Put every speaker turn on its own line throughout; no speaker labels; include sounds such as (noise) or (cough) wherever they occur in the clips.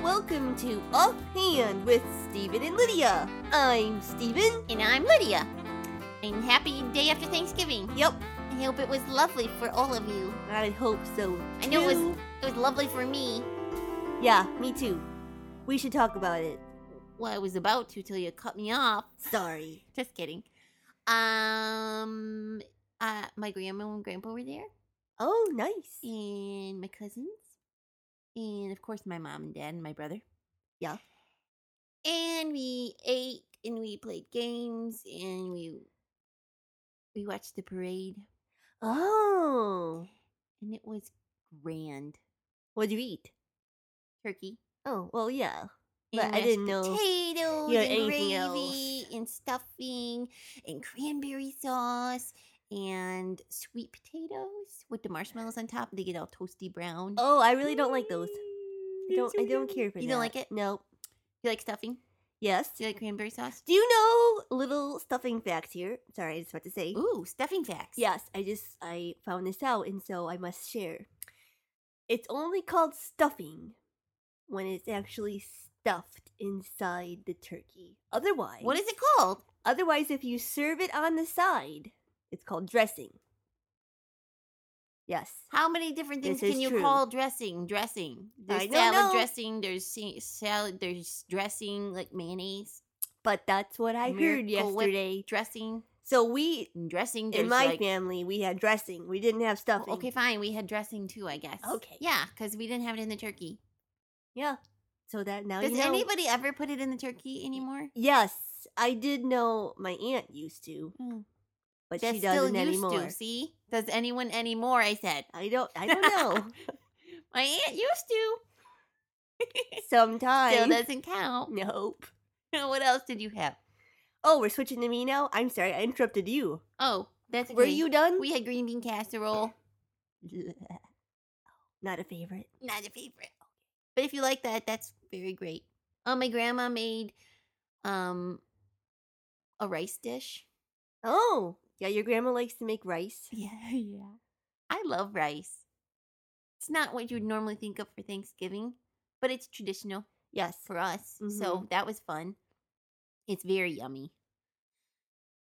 Welcome to Offhand with Stephen and Lydia. I'm Stephen.
And I'm Lydia. And happy day after Thanksgiving.
Yep,
I hope it was lovely for all of you.
I hope so.
I know it was
too.
it was lovely for me.
Yeah, me too. We should talk about it.
Well, I was about to till you cut me off.
Sorry.
Just kidding. Um uh my grandma and grandpa were there
Oh, nice.
and my cousins and of course my mom and dad and my brother.
Yeah.
And we ate and we played games and we we watched the parade
Oh,
and it was grand.
what'd you eat?
Turkey.
Oh, well, yeah. But
and
I
mashed
didn't know
Potatoes
you had
and
anything
gravy
else.
and stuffing and cranberry sauce and sweet potatoes with the marshmallows on top. They get all toasty brown.
Oh, I really don't like those. I
Mm,
don't.
it's
I don't
okay.
care for
You
that.
don't like it?
No.
You like stuffing?
Yes.
Do you like cranberry sauce?
Do you know little stuffing facts here? Sorry, I just about to say.
Ooh, stuffing facts.
Yes, I just I found this out and so I must share. It's only called stuffing when it's actually stuffed inside the turkey. Otherwise,
What is it called?
otherwise if you serve it on the side, it's called dressing. Yes.
How many different
This
things
is
can you
true.
call dressing? Dressing. There's
I don't
salad
know.
dressing. There's sa- salad. There's dressing like mayonnaise
But that's what I heard
Miracle Whip.
yesterday.
dressing.
So we
And dressing. There's
in my
like,
family we had dressing. We didn't have
Well,
stuffing.
Okay, fine. We had dressing too, I guess.
Okay.
Yeah, because we didn't have it in the turkey.
Yeah. So that now
Does
you know.
anybody ever put it in the turkey anymore?
Yes, I did know my aunt used to,
Oh.
but
That's
she doesn't
still used
anymore.
to. See, does anyone anymore? I said.
I don't. I don't know.
(laughs) My aunt used to.
Sometimes.
Still doesn't count. (laughs)
Nope.
what else did you have?
Oh, we're switching to me now. I'm sorry, I interrupted you.
Oh, that's
Were
okay.
you done?
We had green bean casserole.
Not a favorite.
Not a favorite. But if you like that, that's very great. Oh, my grandma made um a rice dish.
Oh, yeah. Your grandma likes to make rice.
(laughs) Yeah, yeah. I love rice. It's not what you would normally think of for Thanksgiving, but it's traditional
Yes.
for us. So that was fun. It's very yummy.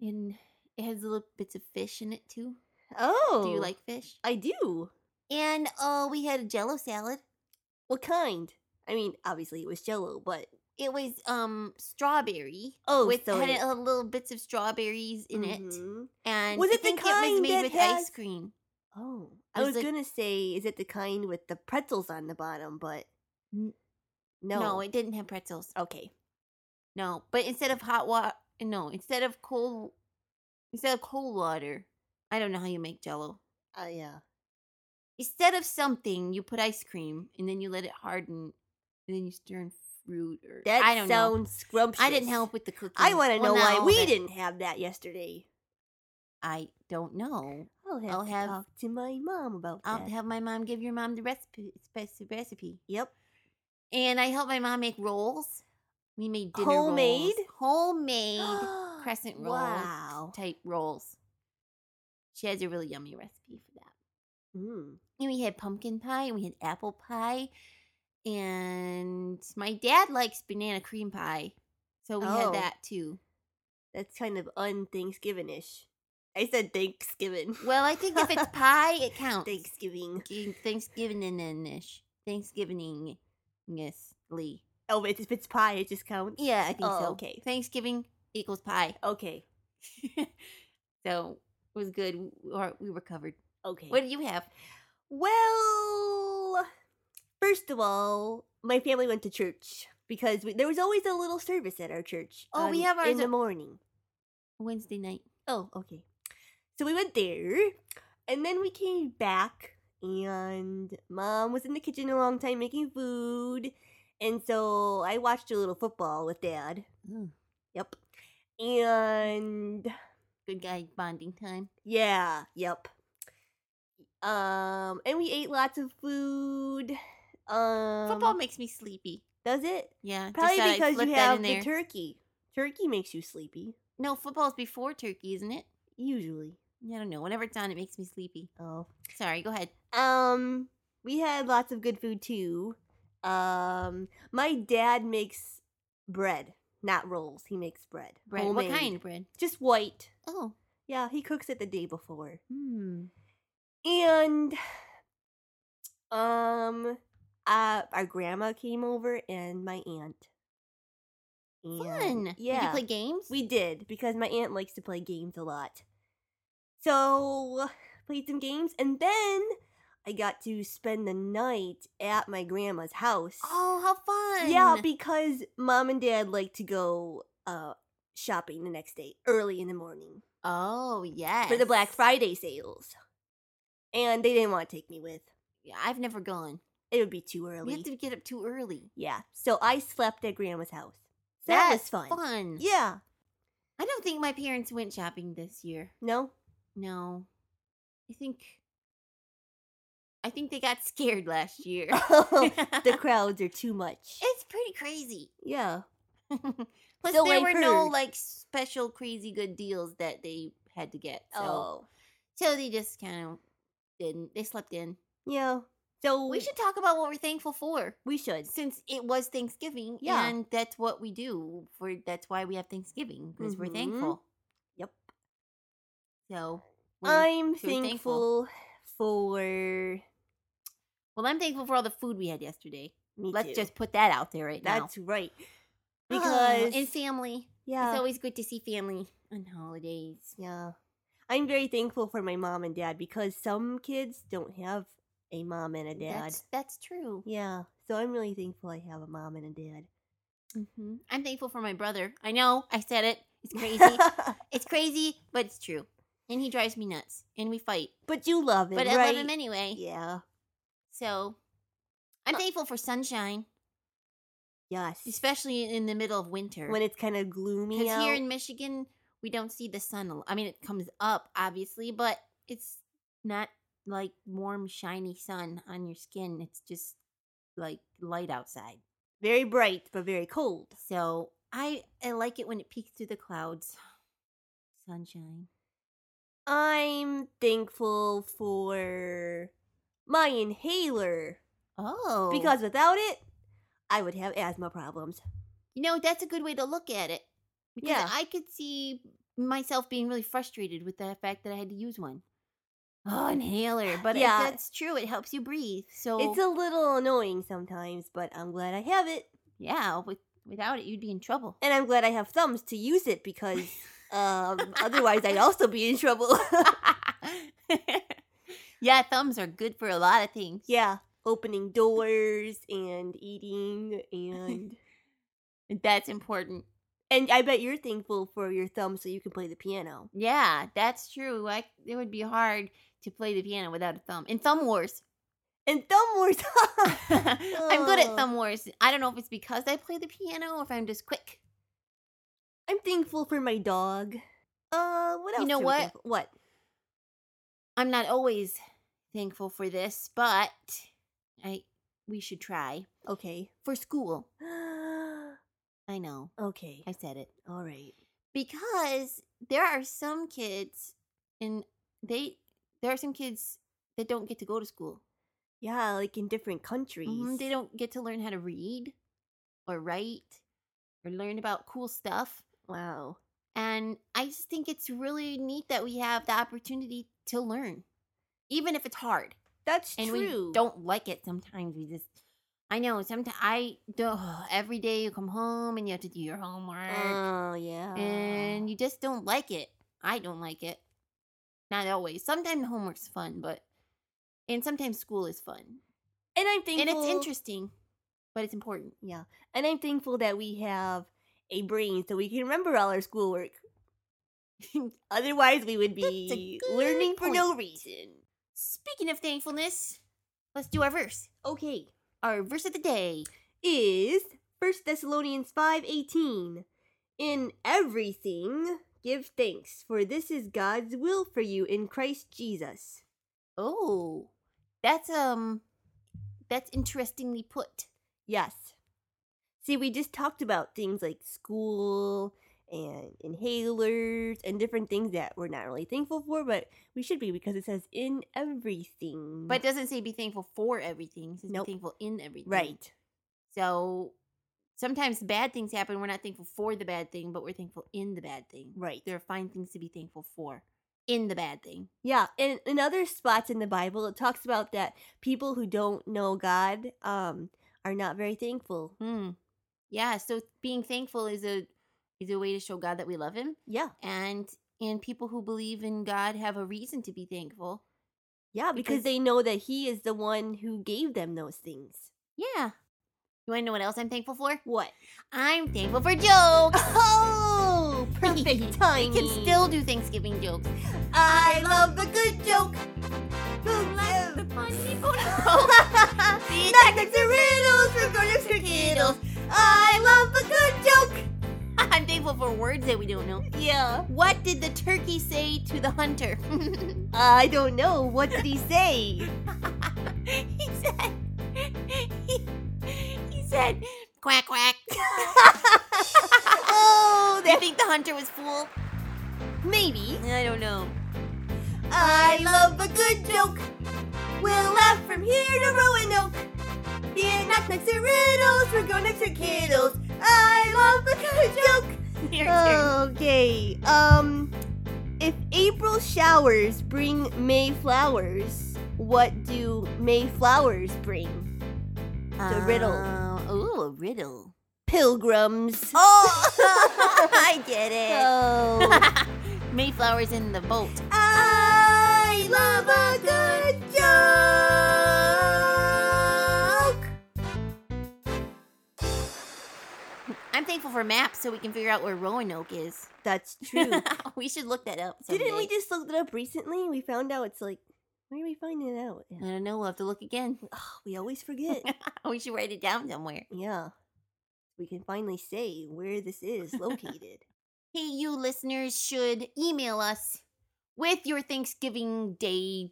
And it has little bits of fish in it too.
Oh.
Do you like fish?
I do.
And uh, we had a jello salad.
What kind? I mean, obviously it was Jello, but
It was um strawberry.
Oh,
with
so
had
it-
uh, little bits of strawberries in it.
Mhm.
And
Was
I
it the
think was
kind
made
that
with
has-
ice cream.
Oh, I
It was
was
like-
gonna say, is it the kind with the pretzels on the bottom? But
N-
no.
no, it didn't have pretzels.
okay.
No, but instead of hot water, no, instead of cold, instead of cold water, I don't know how you make jello.
Uh, yeah.
Instead of something, you put ice cream and then you let it harden, and then you stir in fruit or
That
I don't know.
sounds scrumptious.
I didn't help with the cooking.
I want to
Well,
know why
now
we
that-
didn't have that yesterday.
I don't know.
I'll have
I'll
to
have-
talk to my mom about
I'll
that.
have my mom give your mom the recipe, spec- recipe.
yep. (gasps)
and I helped my mom make rolls. We made dinner
Homemade?
rolls. homemade
(gasps)
crescent rolls
Wow.
type rolls. She has a really yummy recipe for that.
Mm.
and we had pumpkin pie and we had apple pie and my dad likes banana cream pie so we
Oh.
had that too
That's kind of un-Thanksgiving-ish. I said Thanksgiving.
well i think if it's pie it
(laughs)
counts
Thanksgiving.
Thanksgiving. thanksgiving-ish thanksgiving yes lee
Oh, but if it's pie, it just counts.
yeah i think
Oh,
so
okay.
thanksgiving equals pie
Okay.
(laughs) so it was good we were- we were covered
Okay.
what do you have
Well, first of all, my family went to church because we, there was always a little service at our church.
Oh, we
on-
have ours
in the
at-
morning.
wednesday night
Oh, okay. So we went there, and then we came back, and mom was in the kitchen a long time making food, and so I watched a little football with dad.
Mm,
Yep. And
good guy bonding time
yeah, yep. Um, and we ate lots of food. Um,
football makes me sleepy
does it?
yeah
Probably
just thought I'd
because
flip
you
that
have
in
the
there.
turkey. Turkey makes you sleepy,
No, football's before turkey, isn't it?
usually.
I don't know. Whenever it's on, it makes me sleepy.
Oh,
Sorry, go ahead.
Um, we had lots of good food too. Um, my dad makes bread, not rolls. He makes bread.
Bread.
Homemade.
What kind of bread?
Just white.
Oh.
Yeah, he cooks it the day before.
Hmm.
And um uh our grandma came over and my aunt. And,
Fun. Did you
Yeah.
play games?
we did because my aunt likes to play games a lot. So played some games and then I got to spend the night at my grandma's house.
Oh, how fun.
Yeah, because mom and dad like to go uh shopping the next day early in the morning
oh, yes.
for the Black Friday sales. And they didn't want to take me with.
Yeah, I've never gone.
It would be too
We
early.
have to get up too early.
yeah. So I slept at grandma's house. So that was
That's
fun.
Fun.
Yeah.
I don't think my parents went shopping this year. (laughs)
No? (laughs)
No. I think I think they got (laughs)
(laughs)
scared last year.
Oh,
(laughs)
the crowds are too much.
it's pretty crazy. (laughs)
Yeah.
Plus
So
there
I've
were no
heard.
like special crazy good deals that they had to get. So
Oh.
so they just kind of didn't they slept in.
Yeah. So
We should talk about what we're thankful for.
we should.
Since it was Thanksgiving
Yeah.
and that's what we do for that's why we have Thanksgiving because we're
Mhm.
thankful.
Yep.
So we're-
I'm
so we're
thankful, for
Well, I'm thankful for all the food we had yesterday.
me
Let's
too.
just put that out there right now.
That's (gasps) right.
Ah,
Because
and family.
yeah.
It's always good to see family on holidays.
Yeah. I'm very thankful for my mom and dad because some kids don't have a mom and a dad.
That's, that's true.
Yeah. So I'm really thankful I have a mom and a dad.
hmm I'm thankful for my brother. I know I said it. It's
(laughs)
crazy. it's crazy, but it's true. And he drives me nuts, and we fight,
but you love him,
but
right?
I love him anyway.
Yeah. Uh
So I'm thankful for sunshine,
Yes.
especially in the middle of winter.
When it's kind of gloomy
Because
out.
here in Michigan, we don't see the sun. a lo- I mean, it comes up, obviously, but it's not like warm, shiny sun on your skin. It's just like light outside.
very bright, but very cold.
So I, I like it when it peeks through the clouds. Sunshine.
I'm thankful for my inhaler
Oh. Because,
because without it, I would have asthma problems.
you know, that's a good way to look at it. Because
Yeah.
I could see myself being really frustrated with the fact that I had to use one. Oh, inhaler. But it-
Yeah.
that's true. It helps you breathe. So
It's a little annoying sometimes, but I'm glad I have it.
yeah, with, without it, you'd be in trouble. (laughs)
And I'm glad I have thumbs to use it because um, otherwise I'd also be in trouble. (laughs)
yeah, thumbs are good for a lot of things.
yeah, opening doors and eating
(laughs)
and
That's important.
and I bet you're thankful for your thumb so you can play the piano.
Yeah, that's true. I, it would be hard to play the piano without a thumb. And thumb wars. (laughs)
And thumb wars. (laughs)
I'm good
Oh.
at thumb wars. I don't know if it's because I play the piano or if I'm just quick.
I'm thankful for my dog. Uh, what else?
You know
am I
what?
thankful- What?
I'm not always thankful for this, but I we should try
Okay. (gasps)
for school. I know.
okay.
I said it.
All right.
because there are some kids and they there are some kids that don't get to go to school
Yeah, like in different countries.
Mhm, they don't get to learn how to read or write or learn about cool stuff
Wow.
and i just think it's really neat that we have the opportunity to learn even if it's hard
That's
and
true.
we don't like it sometimes we just i know sometimes i do every day you come home and you have to do your homework
Oh yeah.
and you just don't like it. I don't like it. Not always. Sometimes homework's fun, but and sometimes school is fun.
and I'm thankful.
And it's interesting, but it's important. (laughs)
Yeah. And I'm thankful that we have a brain so we can remember all our schoolwork. Otherwise, we would
That's a
be
good
learning for no
point.
reason.
Speaking of thankfulness, let's do our verse.
Okay.
Our verse of the day.
is 1 Thessalonians 5:18. In everything give thanks, for this is God's will for you in Christ Jesus.
Oh, that's um, that's interestingly put.
Yes. See, we just talked about things like school and inhalers and different things that we're not really thankful for, but we should be because it says in everything.
Mm-hmm. But it doesn't say be thankful for everything. It says
Nope.
be thankful in everything.
right.
So sometimes bad things happen. We're not thankful for the bad thing, but we're thankful in the bad thing.
Right.
There are fine things to be thankful for in the bad thing.
Yeah, and in other spots in the Bible, it talks about that people who don't know God um, are not very thankful.
Hmm. Yeah. So being thankful is a is a way to show God that we love Him,
Yeah,
and and people who believe in God have a reason to be thankful.
yeah, because,
Because-
they know that He is the one who gave them those things.
Yeah. You want to know what else I'm thankful for?
What? (laughs)
I'm thankful for (laughs) jokes.
Oh,
(laughs)
perfect
We
timing.
can still do Thanksgiving jokes.
I love the good joke. Who loves the
funny
The tactics and riddles for Gordon's Crickles. I love the good
I'm thankful for words that we don't know.
joke. Yeah.
What did the turkey say to the hunter?
I don't know. What did he say?
(laughs) he said, he, he said, quack quack.
(laughs) oh,
They think the hunter was fooled.
maybe.
I don't know.
I love a good joke. We'll laugh from here to Roanoke. Here, knock knocks and riddles. We're going next to kiddles. I love a good joke. (laughs)
Your
Oh.
turn.
Okay. Um, if April showers bring May flowers, what do May flowers bring? the riddle.
Uh, ooh, a riddle.
Pilgrims.
Oh,
(laughs)
I get it.
Oh.
Mayflowers in the boat.
I love a good joke.
I'm thankful for maps so we can figure out where Roanoke is.
That's true.
(laughs) we should look that up.
Didn't we
someday.
just look it up recently? We found out it's like, where do we find it (laughs) out?
I don't know. We'll have to look again. (laughs)
Oh, we always (laughs) forget.
we should write it down somewhere.
yeah. We can finally say where this is located.
Hey, you listeners should email us with your Thanksgiving Day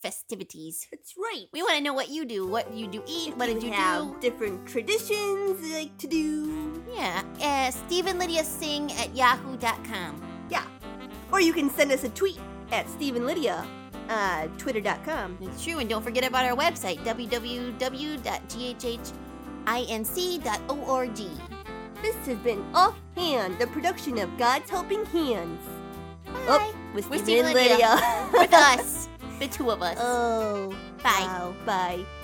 festivities.
(laughs) That's right.
We want to know what you do, what you do eat, what
But
did
you
you
have
do.
different traditions you like to do.
Yeah, uh, Steve and Lydia Sing at yahoo.com.
Or you can send us a tweet at Steve and Lydia uh, twitter.com.
It's true, and don't forget about our website, www.ghhinc.org.
This has been Offhand, the production of God's Helping Hands.
Bye.
Oh, with
With
Steve and (laughs)
Oh, Steve and
Lydia.
(laughs) With us, the two of us.
oh,
Bye.
wow. Bye.